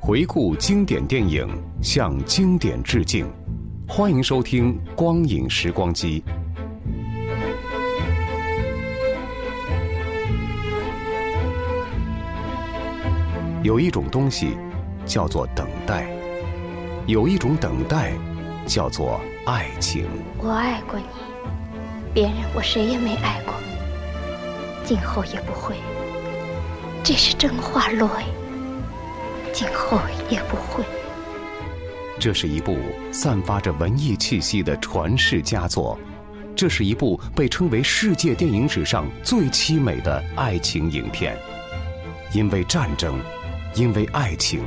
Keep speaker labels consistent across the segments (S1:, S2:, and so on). S1: 回顾经典电影，向经典致敬。欢迎收听《光影时光机》。有一种东西叫做等待，有一种等待叫做爱情。
S2: 我爱过你，别人我谁也没爱过，今后也不会。啊这是真话，洛伊，今后也不会。
S1: 这是一部散发着文艺气息的传世佳作，这是一部被称为世界电影史上最凄美的爱情影片。因为战争，因为爱情，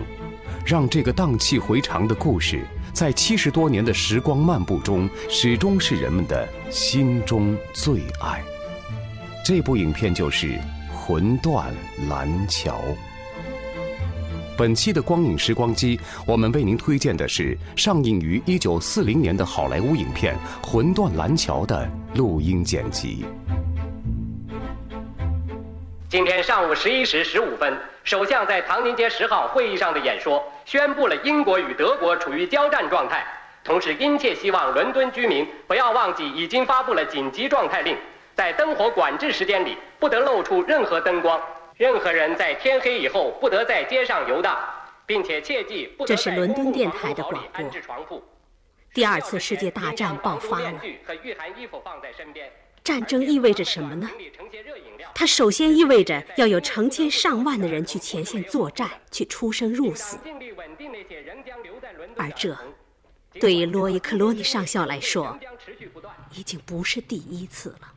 S1: 让这个荡气回肠的故事，在七十多年的时光漫步中，始终是人们的心中最爱。这部影片就是《魂断蓝桥》。本期的光影时光机，我们为您推荐的是上映于1940年的好莱坞影片《魂断蓝桥》的录音剪辑。
S3: 今天上午十一时十五分，首相在唐宁街十号会议上的演说宣布了英国与德国处于交战状态，同时殷切希望伦敦居民不要忘记已经发布了紧急状态令，在灯火管制时间里不得露出任何灯光，任何人在天黑以后不得在街上游荡，并且切记不得
S4: 这是
S3: 在
S4: 伦
S3: 公
S4: 敦
S3: 共
S4: 电
S3: 房
S4: 台
S3: 屋
S4: 的
S3: 壕里
S4: 广播
S3: 安置床铺。
S4: 第二次世界大战爆发了，
S3: 和御寒衣服放在身边。
S4: 战争意味着什么呢？
S3: 它
S4: 它首先意味着要有成千上万的人去前线作战，去出生入死。，而这对于罗伊克罗尼上校来说，已经不是第一次了。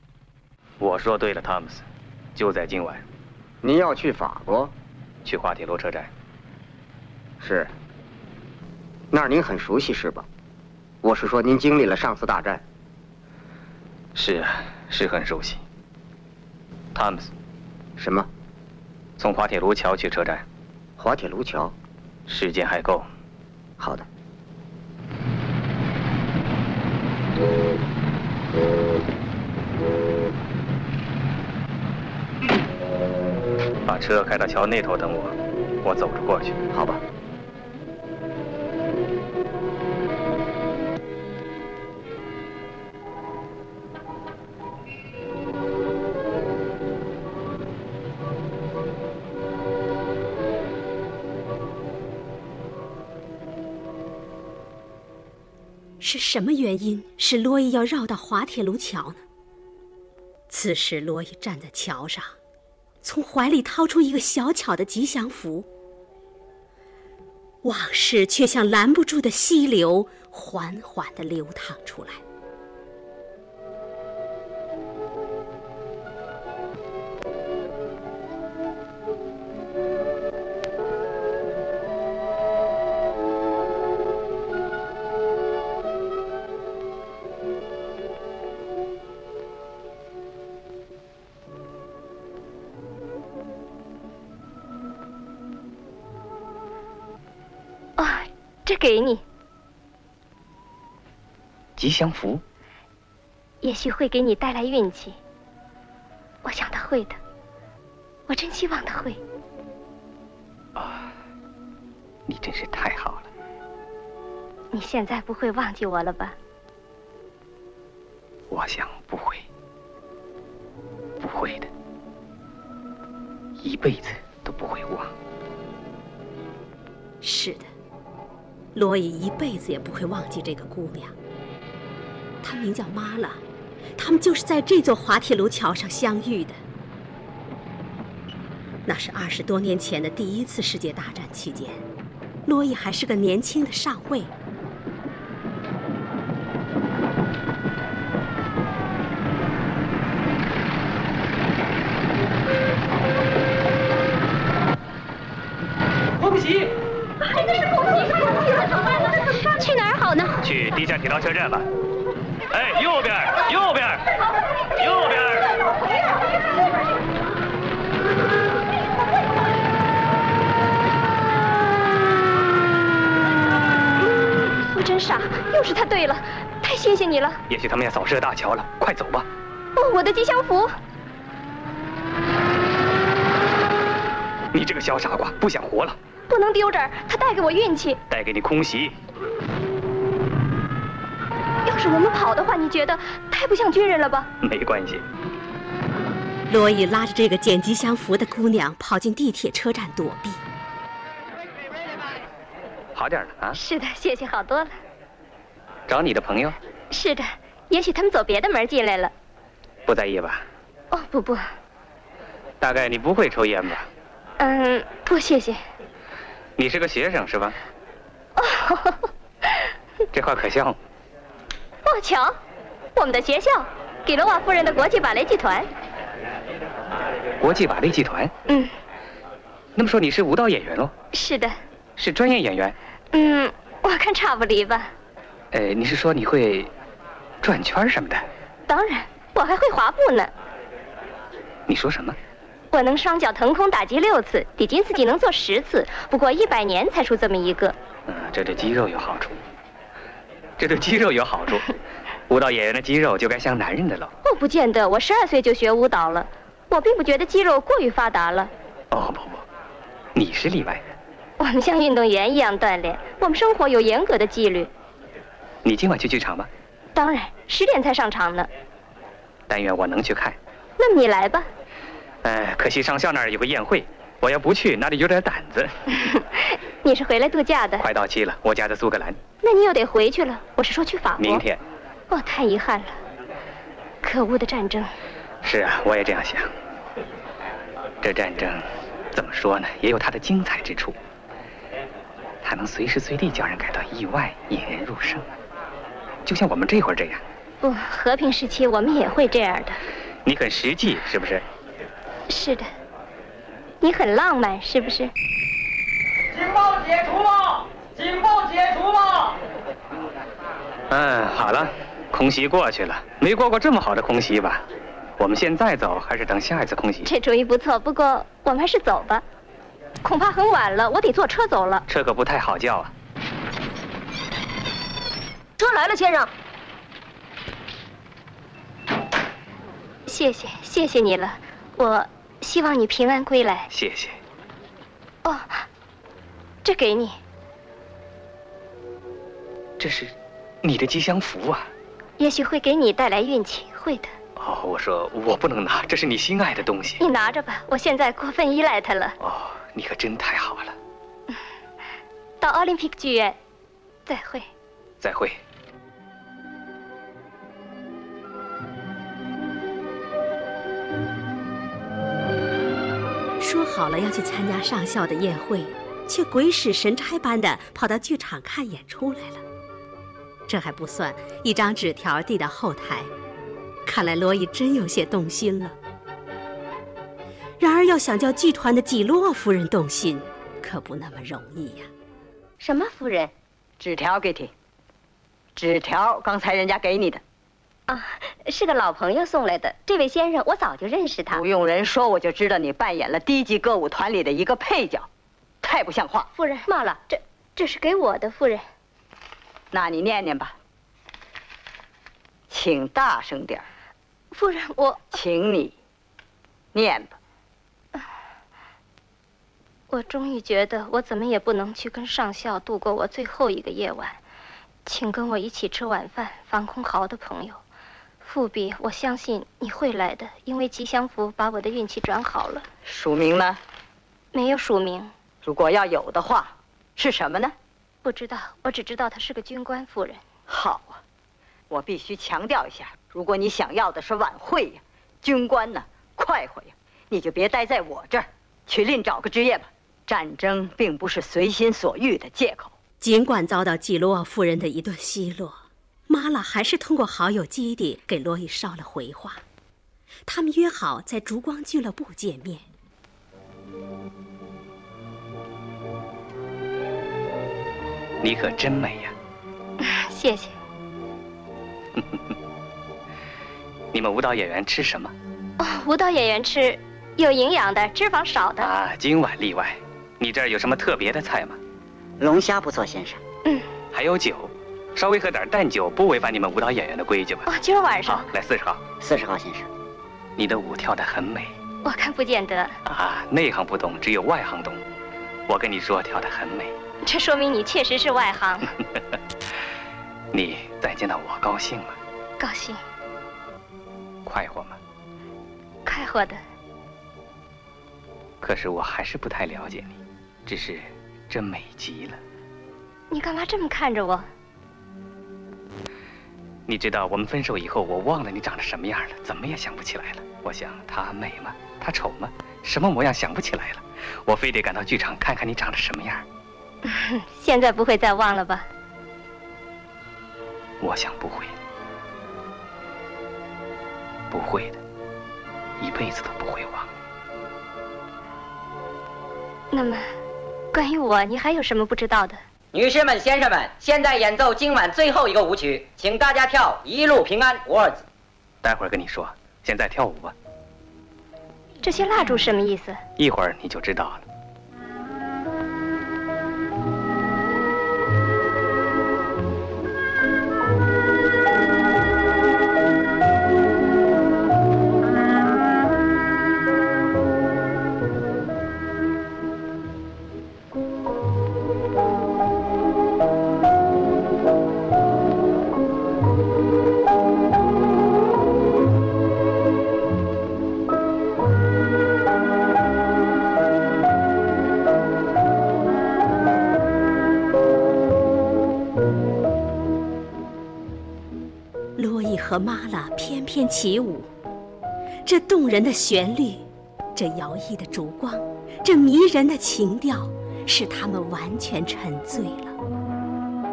S5: 我说对了，汤姆斯，就在今晚，
S6: 你要去法国？
S5: 去滑铁卢车站。
S6: 是。那儿您很熟悉是吧？我是说您经历了上次大战。
S5: 是啊，是很熟悉。汤姆斯，
S6: 什么？
S5: 从滑铁卢桥去车站，
S6: 滑铁卢桥？
S5: 时间还够。
S6: 好的。
S5: 把车开到桥那头等我，我走着过去。
S6: 好吧。
S4: 是什么原因使罗伊要绕到滑铁卢桥呢？此时，罗伊站在桥上，从怀里掏出一个小巧的吉祥符。往事却像拦不住的溪流，缓缓地流淌出来。
S2: 哦，这给你，
S5: 吉祥符，
S2: 也许会给你带来运气。我想他会的，我真希望他会。
S5: 你真是太好了。
S2: 你现在不会忘记我了吧？
S5: 我想不会，不会的，一辈子都不会忘。
S4: 是的，罗伊一辈子也不会忘记这个姑娘。她名叫玛拉，他们就是在这座滑铁卢桥上相遇的。那是二十多年前的第一次世界大战期间，洛伊还是个年轻的上尉。
S7: 空袭！
S2: 去哪儿好呢？
S5: 去地下铁道车站吧。哎，右边，右边，右边！
S2: 我真傻，又是他对了，太谢谢你了。
S5: 也许他们要扫射大桥了，快走吧！
S2: 哦，我的吉祥符。
S5: 你这个小傻瓜，不想活了！
S2: 不能丢这儿，它带给我运气。
S5: 带给你空袭，
S2: 要是我们跑的话，你觉得太不像军人了吧？
S5: 没关系。
S4: 罗伊拉着这个捡吉祥符的姑娘跑进地铁车站躲避。
S5: 好点儿了啊？
S2: 是的，谢谢，好多了。
S5: 找你的朋友，
S2: 是的，也许他们走别的门进来了。
S5: 不在意吧？
S2: 哦，不不，
S5: 大概你不会抽烟吧？
S2: 嗯，不，谢谢。
S5: 你是个学生是吧？ 这话可笑吗？
S2: 哦，瞧，我们的学校，给罗瓦夫人的国际芭蕾剧团。
S5: 国际芭蕾集团。
S2: 嗯，
S5: 那么说你是舞蹈演员喽？
S2: 是的，
S5: 是专业演员？
S2: 嗯，我看差不离吧。
S5: 呃，你是说你会转圈儿什么的？
S2: 当然，我还会滑步呢，
S5: 你说什么？
S2: 我能双脚腾空打击六次，底金斯基能做十次，不过一百年才出这么一个。哦
S5: 嗯，这对肌肉有好处。这对肌肉有好处。舞蹈演员的肌肉就该像男人的喽。
S2: 哦，不见得，我十二岁就学舞蹈了，我并不觉得肌肉过于发达了。
S5: 哦不不，你是例外的。
S2: 我们像运动员一样锻炼，我们生活有严格的纪律。
S5: 你今晚去剧场吧，
S2: 当然，十点才上场呢。
S5: 但愿我能去看。
S2: 那么你来吧，
S5: 哎，可惜上校那儿有个宴会，我要不去，那里有点胆子。
S2: 你是回来度假的，
S5: 快到期了，我家在苏格兰，
S2: 那你又得回去了。我是说去法国。
S5: 明。天。
S2: 哦，太遗憾了，可恶的战争。
S5: 是啊，我也这样想。这战争怎么说呢？也有它的精彩之处，它能随时随地叫人感到意外，引人入胜，就像我们这会儿这样。
S2: 不，哦和平时期我们也会这样的。
S5: 你很实际，是不是？
S2: 是的，你很浪漫，是不是？
S8: 警报解除吗？警报解除吗？
S5: 嗯，好了，空袭过去了，没过过这么好的空袭吧？我们现在走还是等下一次空袭？
S2: 这主意不错，不过我们还是走吧，恐怕很晚了，我得坐车走了。
S5: 这可不太好叫啊！
S2: 车来了，先生。谢谢，谢谢你了，我希望你平安归来。
S5: 谢谢，
S2: 哦，这给你，
S5: 这是你的吉祥符啊！
S2: 也许会给你带来运气，会的。
S5: 哦，我说我不能拿，这是你心爱的东西。
S2: 你拿着吧，我现在过分依赖它了。
S5: 哦，你可真太好了！
S2: 到奥林匹克剧院，再会。
S5: 再会。
S4: 说好了要去参加上校的宴会，却鬼使神差般的跑到剧场看演出来了。这还不算，一张纸条递到后台，看来罗伊真有些动心了。然而要想叫剧团的季洛夫人动心，可不那么容易呀、
S2: 什么夫人？
S9: 纸条给你，纸条，刚才人家给你的，
S2: 啊，是个老朋友送来的。这位先生，我早就认识他
S9: 不。用人说我就知道你扮演了低级歌舞团里的一个配角，太不像话。
S2: 夫人，
S9: 骂了，
S2: 这这是给我的，夫人。
S9: 那你念念吧，请大声点儿
S2: 夫人，我
S9: 请你念吧。
S2: 我终于觉得我怎么也不能去跟上校度过我最后一个夜晚，请跟我一起吃晚饭，防空壕的朋友。富比，我相信你会来的，因为吉祥符把我的运气转好了。
S9: 署名呢？
S2: 没有署名，
S9: 如果要有的话，是什么呢？
S2: 不知道，我只知道他是个军官夫人。
S9: 好啊，我必须强调一下，如果你想要的是晚会呀、军官呢、快活呀，你就别待在我这儿，去另找个职业吧。战争并不是随心所欲的借口。
S4: 尽管遭到季洛夫人的一顿奚落，玛拉还是通过好友基地给罗伊捎了回话。他们约好在烛光俱乐部见面。
S5: 你可真美呀！
S2: 谢谢。
S5: 你们舞蹈演员吃什么？
S2: 哦，舞蹈演员吃有营养的、脂肪少的。
S5: 啊，今晚例外。你这儿有什么特别的菜吗？
S10: 龙虾不错，先生。
S2: 嗯。
S5: 还有酒，稍微喝点淡酒，不违反你们舞蹈演员的规矩吧？
S2: 哦，今儿晚上。
S5: 来四十号。
S10: 四十号，先生。
S5: 你的舞跳得很美。
S2: 我看不见得。
S5: 啊，内行不懂，只有外行懂。我跟你说，跳得很美。
S2: 这说明你确实是外行。
S5: 你再见到我高兴吗？
S2: 高兴。
S5: 快活吗？
S2: 快活的。
S5: 可是我还是不太了解你，只是这美极了。
S2: 你干嘛这么看着我？
S5: 你知道我们分手以后，我忘了你长得什么样了，怎么也想不起来了。我想她美吗？她丑吗？什么模样想不起来了。我非得赶到剧场看看你长得什么样。
S2: 现在不会再忘了吧？
S5: 我想不会，不会的，一辈子都不会忘。
S2: 那么，关于我，你还有什么不知道的？
S11: 女士们、先生们，现在演奏今晚最后一个舞曲，请大家跳《一路平安》Words。
S5: 待会儿跟你说，现在跳舞吧。
S2: 这些蜡烛什么意思？
S5: 一会儿你就知道了。
S4: 和玛拉翩翩起舞，这动人的旋律，这摇曳的烛光，这迷人的情调，使他们完全沉醉了。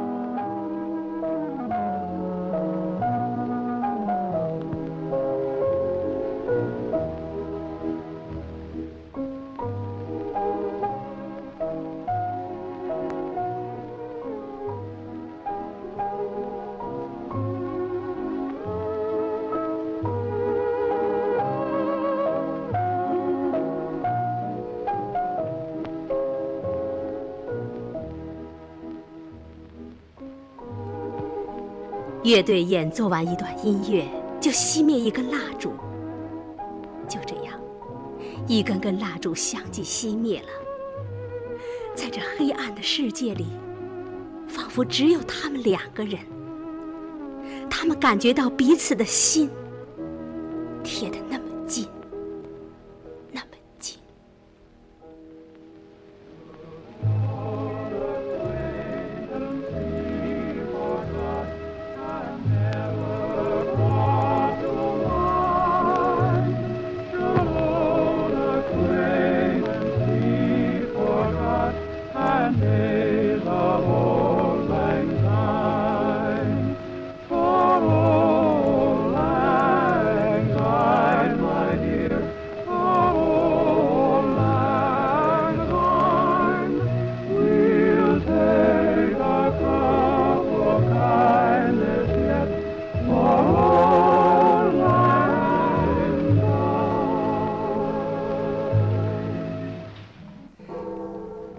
S4: 乐队演奏完一段音乐，就熄灭一根蜡烛。就这样，一根根蜡烛相继熄灭了。在这黑暗的世界里，仿佛只有他们两个人。他们感觉到彼此的心贴得那么近，那么近。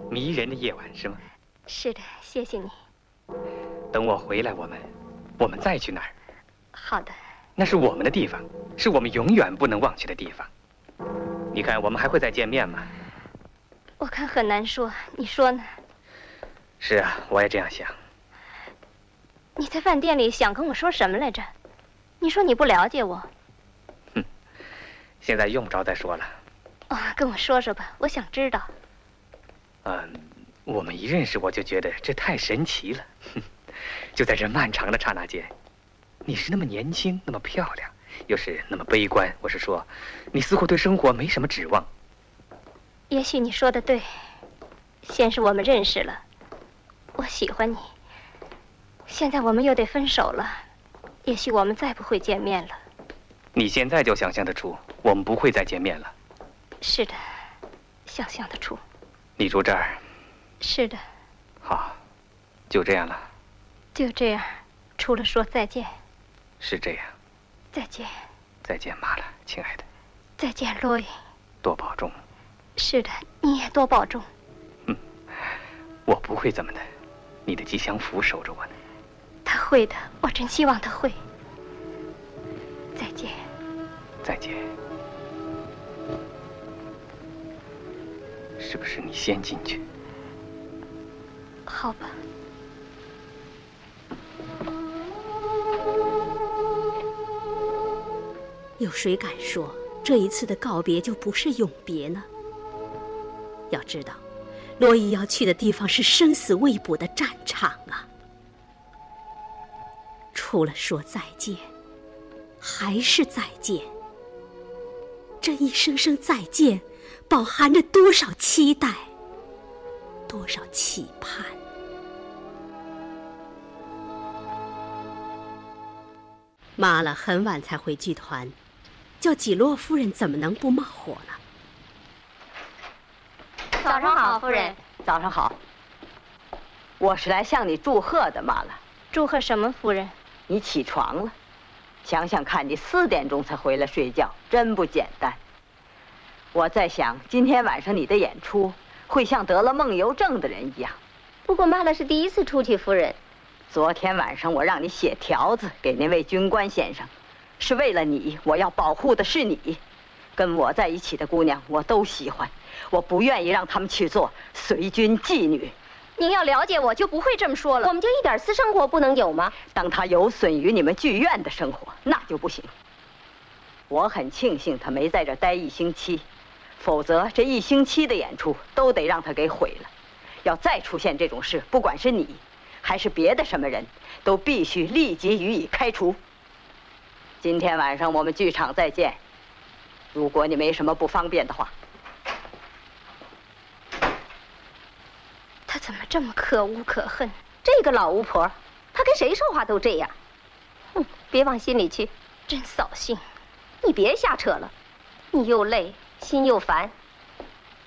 S5: 迷人的夜晚是吗？
S2: 是的，谢谢你。
S5: 等我回来，我们，我们再去那儿。啊
S2: 好的。
S5: 那是我们的地方，是我们永远不能忘却的地方。你看，我们还会再见面吗？
S2: 我看很难说，你说呢？
S5: 是啊，我也这样想。
S2: 你在饭店里想跟我说什么来着？你说你不了解我。
S5: 哼，现在用不着再说了。
S2: 哦，跟我说说吧，我想知道。
S5: 嗯，我们一 认识我就觉得这太神奇了，就在这漫长的刹那间，你是那么年轻，那么漂亮，又是那么悲观。我是说，你似乎对生活没什么指望。
S2: 也许你说的对，先是我们认识了，我喜欢你。现在我们又得分手了，也许我们再不会见面了。
S5: 你现在就想象得出，我们不会再见面了。
S2: 是的，想象得出。
S5: 你住这儿？
S2: 是的。
S5: 好，就这样了。
S2: 就这样，除了说再见。
S5: 是这样。
S2: 再见。
S5: 再见，妈了，亲爱的。
S2: 再见，洛伊。
S5: 多保重。
S2: 是的，你也多保重。
S5: 嗯，我不会怎么的。你的吉祥符守着我呢。
S2: 他会的，我真希望他会。再见。
S5: 再见。是不是你先进去？
S2: 好吧。
S12: 有谁敢说这一次的告别就不是永别呢？要知道，罗伊要去的地方是生死未卜的战场啊！除了说再见，还是再见。这一声声再见，饱含着多少期待，多少期盼。妈了很晚才回剧团。叫几洛夫人怎么能不冒火
S4: 呢？
S2: 早上好，夫人。
S4: 早上好。我是来向你祝贺的，玛拉。
S2: 祝贺什么，夫人？
S4: 你起床了，想想看，你四点钟才回来睡觉，真不简单。我在想，今天晚上你的演出会像得了梦游症的人一样。
S2: 不过，玛拉是第一次出去，夫人。
S4: 昨天晚上我让你写条子给那位军官先生。是为了你，我要保护的是你。跟我在一起的姑娘，我都喜欢，我不愿意让他们去做随军妓女。
S2: 您要了解我，就不会这么说了。我们就一点私生活不能有吗？
S4: 当他有损于你们剧院的生活，那就不行。我很庆幸他没在这待一星期，否则这一星期的演出都得让他给毁了。要再出现这种事，不管是你，还是别的什么人，都必须立即予以开除。今天晚上我们剧场再见。如果你没什么不方便的话，
S2: 她怎么这么可恶可恨？
S13: 这个老巫婆，她跟谁说话都这样。
S2: 哼，别往心里去，真扫兴。
S13: 你别瞎扯了，
S2: 你又累，心又烦。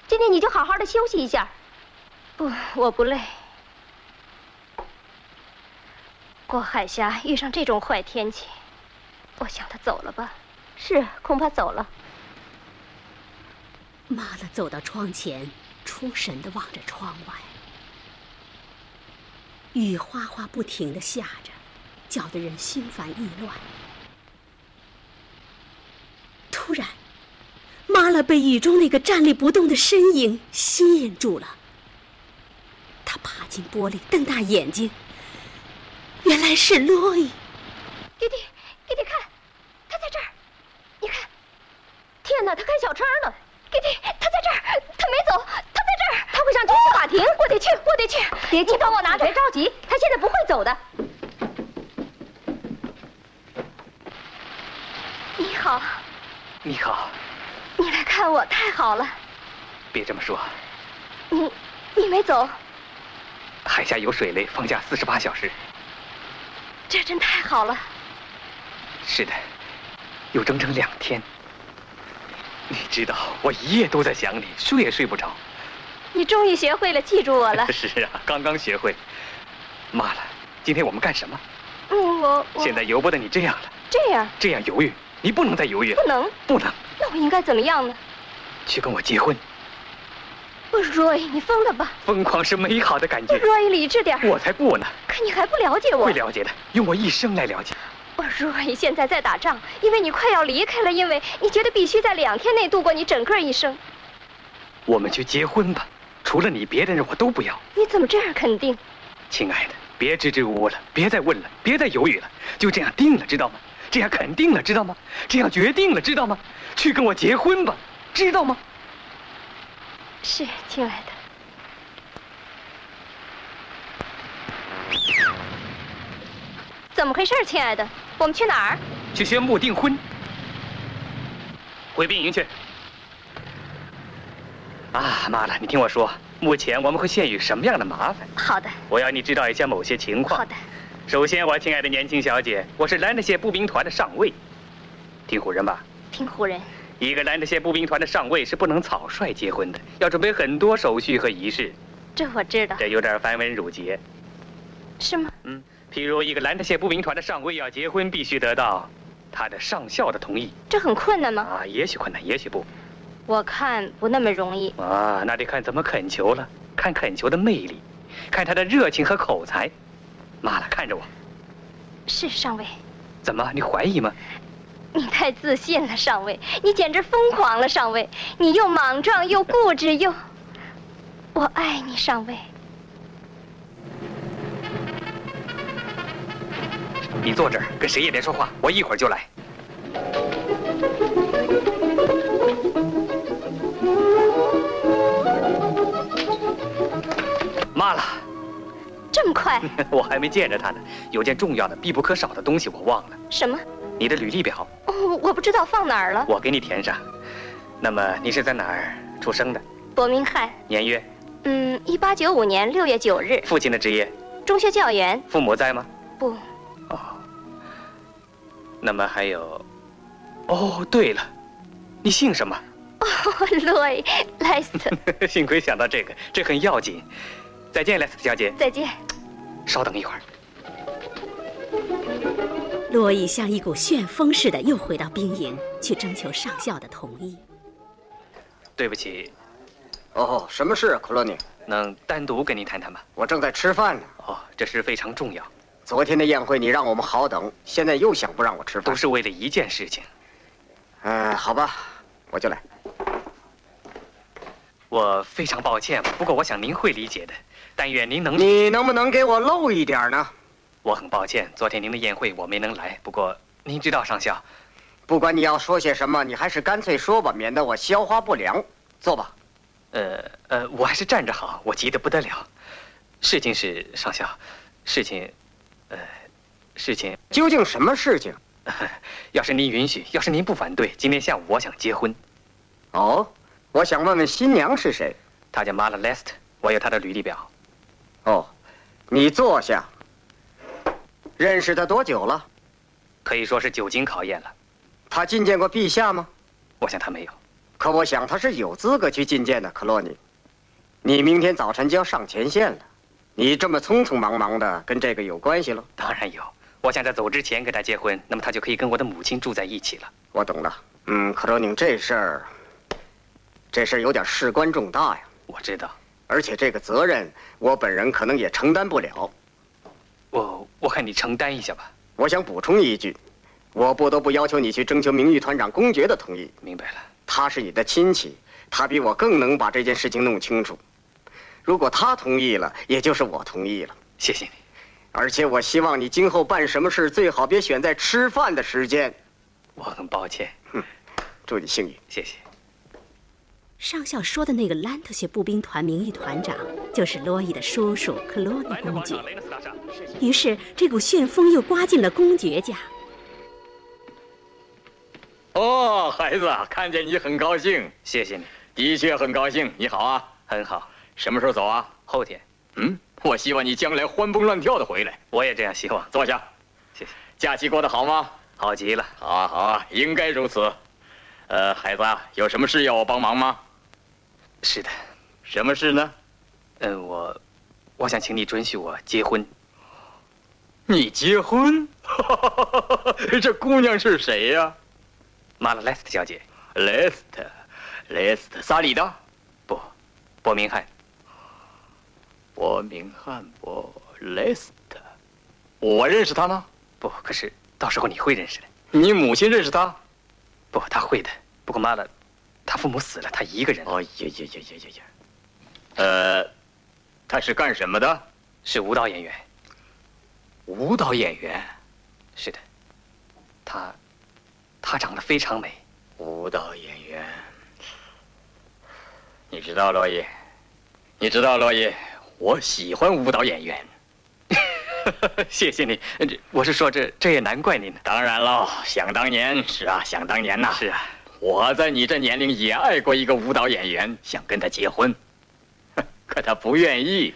S13: 今天你就好好的休息一下。
S2: 不，我不累。过海峡遇上这种坏天气。我想他走了吧，
S13: 是，恐怕走了。
S12: 妈的走到窗前，出神的望着窗外，雨哗哗不停的下着，搅得人心烦意乱。突然，妈了被雨中那个站立不动的身影吸引住了，她爬进玻璃，瞪大眼睛，原来是洛伊。
S13: 弟弟。给弟看，他在这儿，你看，天哪，他开小差了！给弟，他在这儿，他没走，他在这儿，
S2: 他会上军事法庭，哦、
S13: 我得去，我得去，
S2: 别急，帮我拿着，
S13: 别着急，他现在不会走的。
S2: 你好，
S5: 你好，
S2: 你来看我，太好了。
S5: 别这么说，
S2: 你，你没走。
S5: 海下有水雷，放假四十八小时。
S2: 这真太好了。
S5: 是的，有整整两天。你知道，我一夜都在想你，睡也睡不着。
S2: 你终于学会了记住我 了。
S5: 是啊，刚刚学会。妈了，今天我们干什么？
S2: 嗯，我
S5: 现在由不得你这样了。
S2: 这样？
S5: 这样犹豫，你不能再犹豫了。
S2: 不能。
S5: 不能。
S2: 那我应该怎么样呢？
S5: 去跟我结婚。
S2: 不是若伊，你疯了吧？
S5: 疯狂是美好的感 觉。
S2: 若伊，理智点。
S5: 我才不呢。
S2: 可你还不了解我。
S5: 会了解的，用我一生来了解。
S2: 我若伊现在在打仗，因为你快要离开了，因为你觉得必须在两天内度过你整个一生。
S5: 我们去结婚吧，除了你，别的人我都不要。
S2: 你怎么这样肯定？
S5: 亲爱的，别支支吾吾了，别再问了，别再犹豫了，就这样定了，知道吗？这样肯定了，知道吗？这样决定了，知道吗？去跟我结婚吧，知道吗？
S2: 是，亲爱的。怎么回事，亲爱的？
S14: 我们去哪儿？
S15: 去宣布订婚，回兵营去。
S5: 啊，妈了，你听我说，目前我们会陷于什么样的麻烦？
S14: 好的，
S5: 我要你知道一下某些情况。
S14: 好的。
S5: 首先，我亲爱的年轻小姐，我是兰德县步兵团的上尉，听唬人吧？
S14: 听唬人。
S5: 一个兰德县步兵团的上尉是不能草率结婚的，要准备很多手续和仪式。
S14: 这我知道。
S5: 这有点繁文缛节。
S14: 是吗？
S5: 嗯，譬如一个兰德县步兵团的上尉要结婚，必须得到他的上校的同意。
S14: 这很困难吗？
S5: 啊，也许困难，也许不。
S14: 我看不那么容易
S5: 啊，那得看怎么恳求了，看恳求的魅力，看他的热情和口才。妈了，看着我。
S14: 是上尉。
S5: 怎么，你怀疑吗？
S14: 你太自信了，上尉，你简直疯狂了，上尉，你又莽撞又固执又……我爱你，上尉。
S5: 你坐这儿，跟谁也别说话，我一会儿就来。妈了，
S14: 这么快？
S5: 我还没见着他呢。有件重要的、必不可少的东西我忘了。
S14: 什么？
S5: 你的履历表。
S14: 哦，我不知道放哪儿了。
S5: 我给你填上。那么你是在哪儿出生的？
S14: 伯明翰。
S5: 年月？
S14: 嗯，一八九五年六月九日。
S5: 父亲的职业？
S14: 中学教员。
S5: 父母在吗？
S14: 不。
S5: 哦。那么还有，哦，对了，你姓什么？
S14: 哦，洛伊·莱斯特。
S5: 幸亏想到这个，这很要紧。再见，莱斯特小姐。
S14: 再见。
S5: 稍等一会儿。
S4: 洛伊像一股旋风似的又回到兵营去征求上校的同意。
S5: 对不起。
S6: 哦，什么事啊，克罗尼？
S5: 能单独跟您谈谈吗？
S6: 我正在吃饭呢。
S5: 哦，这事非常重要。
S6: 啊昨天的宴会你让我们好等，现在又想不让我吃饭，
S5: 都是为了一件事情。
S6: 嗯、呃，好吧，我就来。
S5: 我非常抱歉，不过我想您会理解的。但愿您能……
S6: 你能不能给我露一点呢？
S5: 我很抱歉，昨天您的宴会我没能来。不过您知道，上校，
S6: 不管你要说些什么，你还是干脆说吧，免得我消化不良。坐吧。
S5: 呃呃，我还是站着好，我急得不得了。事情是，上校，事情，呃，事情
S6: 究竟什么事情？
S5: 要是您允许，要是您不反对，今天下午我想结婚。
S6: 哦，我想问问新娘是谁？
S5: 她叫马拉莱斯特，我有她的履历表。
S6: 哦，你坐下。认识他多久了？
S5: 可以说是久经考验了。
S6: 他觐见过陛下吗？
S5: 我想他没有。
S6: 可我想他是有资格去觐见的，克洛尼。你明天早晨就要上前线了，你这么匆匆忙忙的，跟这个有关系了？
S5: 当然有。我想在走之前跟他结婚，那么他就可以跟我的母亲住在一起了。
S6: 我懂了。嗯，克洛宁，这事儿，这事儿有点事关重大呀。
S5: 我知道。
S6: 而且这个责任，我本人可能也承担不了。
S5: 我我看你承担一下吧。
S6: 我想补充一句，我不得不要求你去征求名誉团长公爵的同意。
S5: 明白了，
S6: 他是你的亲戚，他比我更能把这件事情弄清楚。如果他同意了，也就是我同意了。
S5: 谢谢你。
S6: 而且我希望你今后办什么事，最好别选在吃饭的时间。
S5: 我很抱歉。
S6: 哼，祝你幸运。
S5: 谢谢。
S4: 上校说的那个兰特县步兵团名誉团长，就是洛伊的叔叔克罗尼公爵。于是，这股旋风又刮进了公爵家。
S3: 哦，孩子，看见你很高兴，
S5: 谢谢你，
S3: 的确很高兴。你好啊，
S5: 很好。
S3: 什么时候走啊？
S5: 后天。
S3: 嗯，我希望你将来欢蹦乱跳的回来。
S5: 我也这样希望。
S3: 坐下，
S5: 谢谢。
S3: 假期过得好吗？
S5: 好极了。
S3: 好啊，好啊，应该如此。呃，孩子啊，有什么事要我帮忙吗？
S5: 是的，
S3: 什么事呢？
S5: 嗯，我，我想请你准许我结婚。
S3: 你结婚？ 这姑娘是谁呀、啊？
S5: 马拉莱斯特小姐。
S3: 莱斯特，莱斯特，萨里达？
S5: 不，伯明翰。
S3: 伯明翰，伯莱斯特，我认识他吗？
S5: 不，可是到时候你会认识的。
S3: 你母亲认识他？
S5: 不，他会的。不过妈了。他父母死了，他一个人。
S3: 哦呀呀呀呀呀呀！呃，他是干什么的？
S5: 是舞蹈演员。
S3: 舞蹈演员？
S5: 是的。他，她长得非常美。
S3: 舞蹈演员。你知道，罗伊，你知道，罗伊，我喜欢舞蹈演员。 谢谢你，这我是说这这也难怪您。
S16: 当然喽，想当年是啊，想当年呐、
S3: 是啊，
S16: 我在你这年龄也爱过一个舞蹈演员，想跟他结婚， 可他不愿意。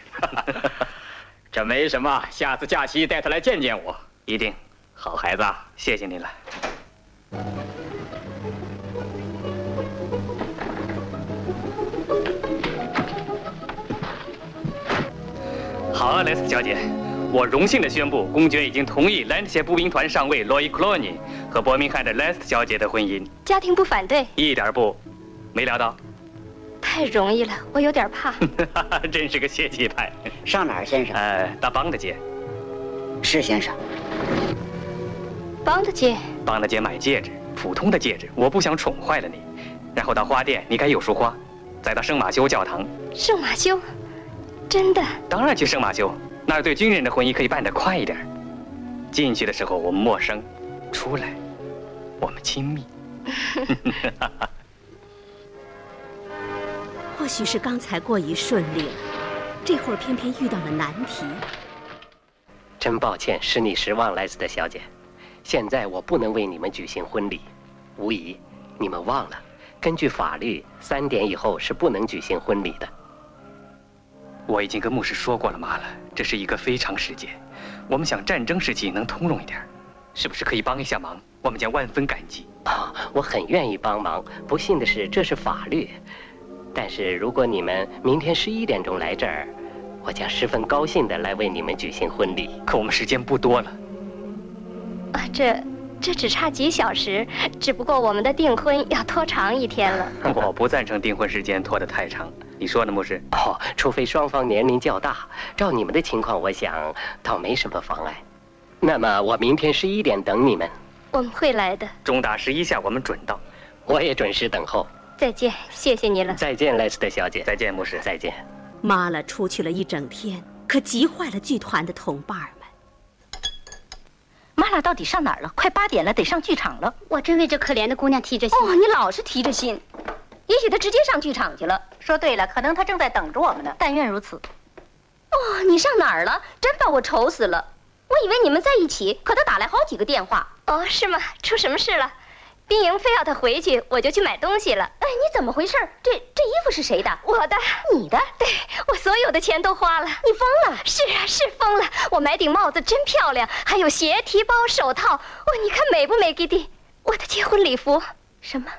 S16: 这没什么，下次假期带他来见见我。
S3: 一定，
S16: 好孩子，啊
S3: 谢谢您了。好啊，莱斯小姐，我荣幸地宣布，公爵已经同意兰切步兵团上尉罗伊克洛尼和伯明翰的莱斯小姐的婚姻，
S2: 家庭不反对，
S3: 一点儿不，没料到，
S2: 太容易了，我有点怕。
S3: 真是个泄气派。
S6: 上哪儿，先生？
S3: 呃，大邦的街，
S6: 是先生。
S2: 帮得姐，
S3: 邦的街买戒指，普通的戒指，我不想宠坏了你。然后到花店，你该有束花，再到圣马修教堂，
S2: 圣马修，真的
S14: 啊
S3: 当然去圣马修，那儿对军人的婚姻可以办得快一点儿。进去的时候我们陌生，出来我们亲密。
S4: 或许是刚才过于顺利了，这会儿偏偏遇到了难题。
S5: 真抱歉，使你失望，莱斯特小姐。现在我不能为你们举行婚礼，无疑，你们忘了，根据法律，三点以后是不能举行婚礼的。
S3: 我已经跟牧师说过了，妈了，这是一个非常时节，我们想战争时期能通融一点儿，是不是可以帮一下忙？我们将万分感激。
S5: 啊， 我很愿意帮忙。不幸的是，这是法律。但是如果你们明天十一点钟来这儿，我将十分高兴的来为你们举行婚礼。
S3: 可我们时间不多了，
S2: 啊，这这只差几小时，只不过我们的订婚要拖长一天了。
S3: 我不赞成订婚时间拖得太长，你说呢，牧师？
S5: 哦，除非双方年龄较大，照你们的情况，我想倒没什么妨碍。那么我明天十一点等你们，
S2: 我们会来的，
S3: 钟打十一下，我们准到。
S5: 我也准时等候。
S2: 再见，谢谢你了。
S5: 再见，莱斯特小姐。
S3: 再见，牧师。
S5: 再见。
S4: 妈了出去了一整天，可急坏了剧团的同伴儿们。
S17: 妈拉到底上哪儿了？快八点了，得上剧场了。
S18: 我真为这可怜的姑娘提着心。
S17: 哦，你老是提着心，
S18: 也许她直接上剧场去了。
S17: 说对了，可能她正在等着我们呢。但愿如此。
S18: 哦，你上哪儿了？真把我愁死了。我以为你们在一起，可她打来好几个电话。
S2: 哦，是吗？出什么事了？冰莹非要她回去，我就去买东西了。
S18: 哎，你怎么回事？这这衣服是谁的？
S2: 我的，
S18: 你的？
S2: 对我所有的钱都花了。
S18: 你疯了？
S2: 是啊，是疯了。我买顶帽子真漂亮，还有鞋、提包、手套。哦，你看美不美，Gigi？我的结婚礼服。
S18: 什么？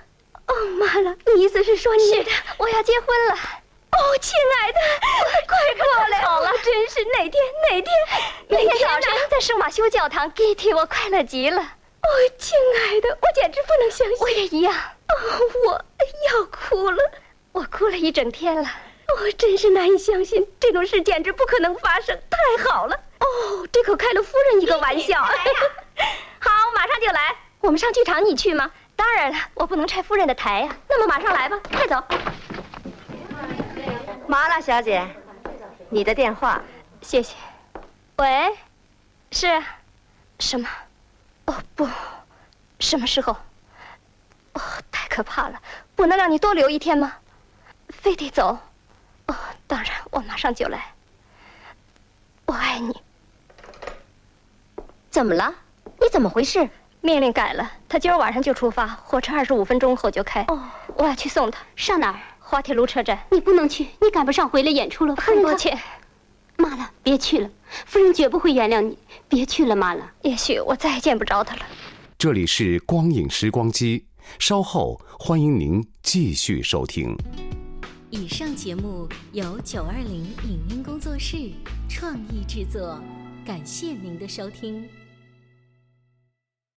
S2: 哦，妈了，你意思是说你？是的，我要结婚了。哦，亲爱的，快过来！
S18: 好了，
S2: 真是哪天哪天
S18: 哪天早上
S2: 在圣马修教堂，Gigi，我快乐极了。哦，亲爱的，我简直不能相信。
S18: 我也一样。
S2: 哦，我要哭了，我哭了一整天了。哦，真是难以相信，这种事简直不可能发生。太好了，哦，这可开了夫人一个玩笑。
S18: 来呀、
S2: 好，马上就来。我们上剧场，你去吗？当然了，我不能拆夫人的台呀、那么马上来吧，快走。
S19: 麻辣小姐，你的电话。
S2: 谢谢。喂，是，什么？哦不，什么时候？哦，太可怕了！不能让你多留一天吗？非得走？哦，当然，我马上就来。我爱你。
S18: 怎么了？你怎么回事？
S2: 命令改了，他今儿晚上就出发，火车二十五分钟后就开。
S18: 哦，
S2: 我要去送他。
S18: 上哪儿？
S2: 花铁路车站。
S18: 你不能去，你赶不上回来演出了。夫
S2: 很
S18: 人
S2: 抱
S18: 她，
S2: 歉，
S18: 妈了，别去了，夫人绝不会原谅你。别去了，妈了。
S2: 也许我再也见不着他了。
S1: 这里是光影时光机，稍后欢迎您继续收听。
S12: 以上节目由九二零影音工作室创意制作，感谢您的收听。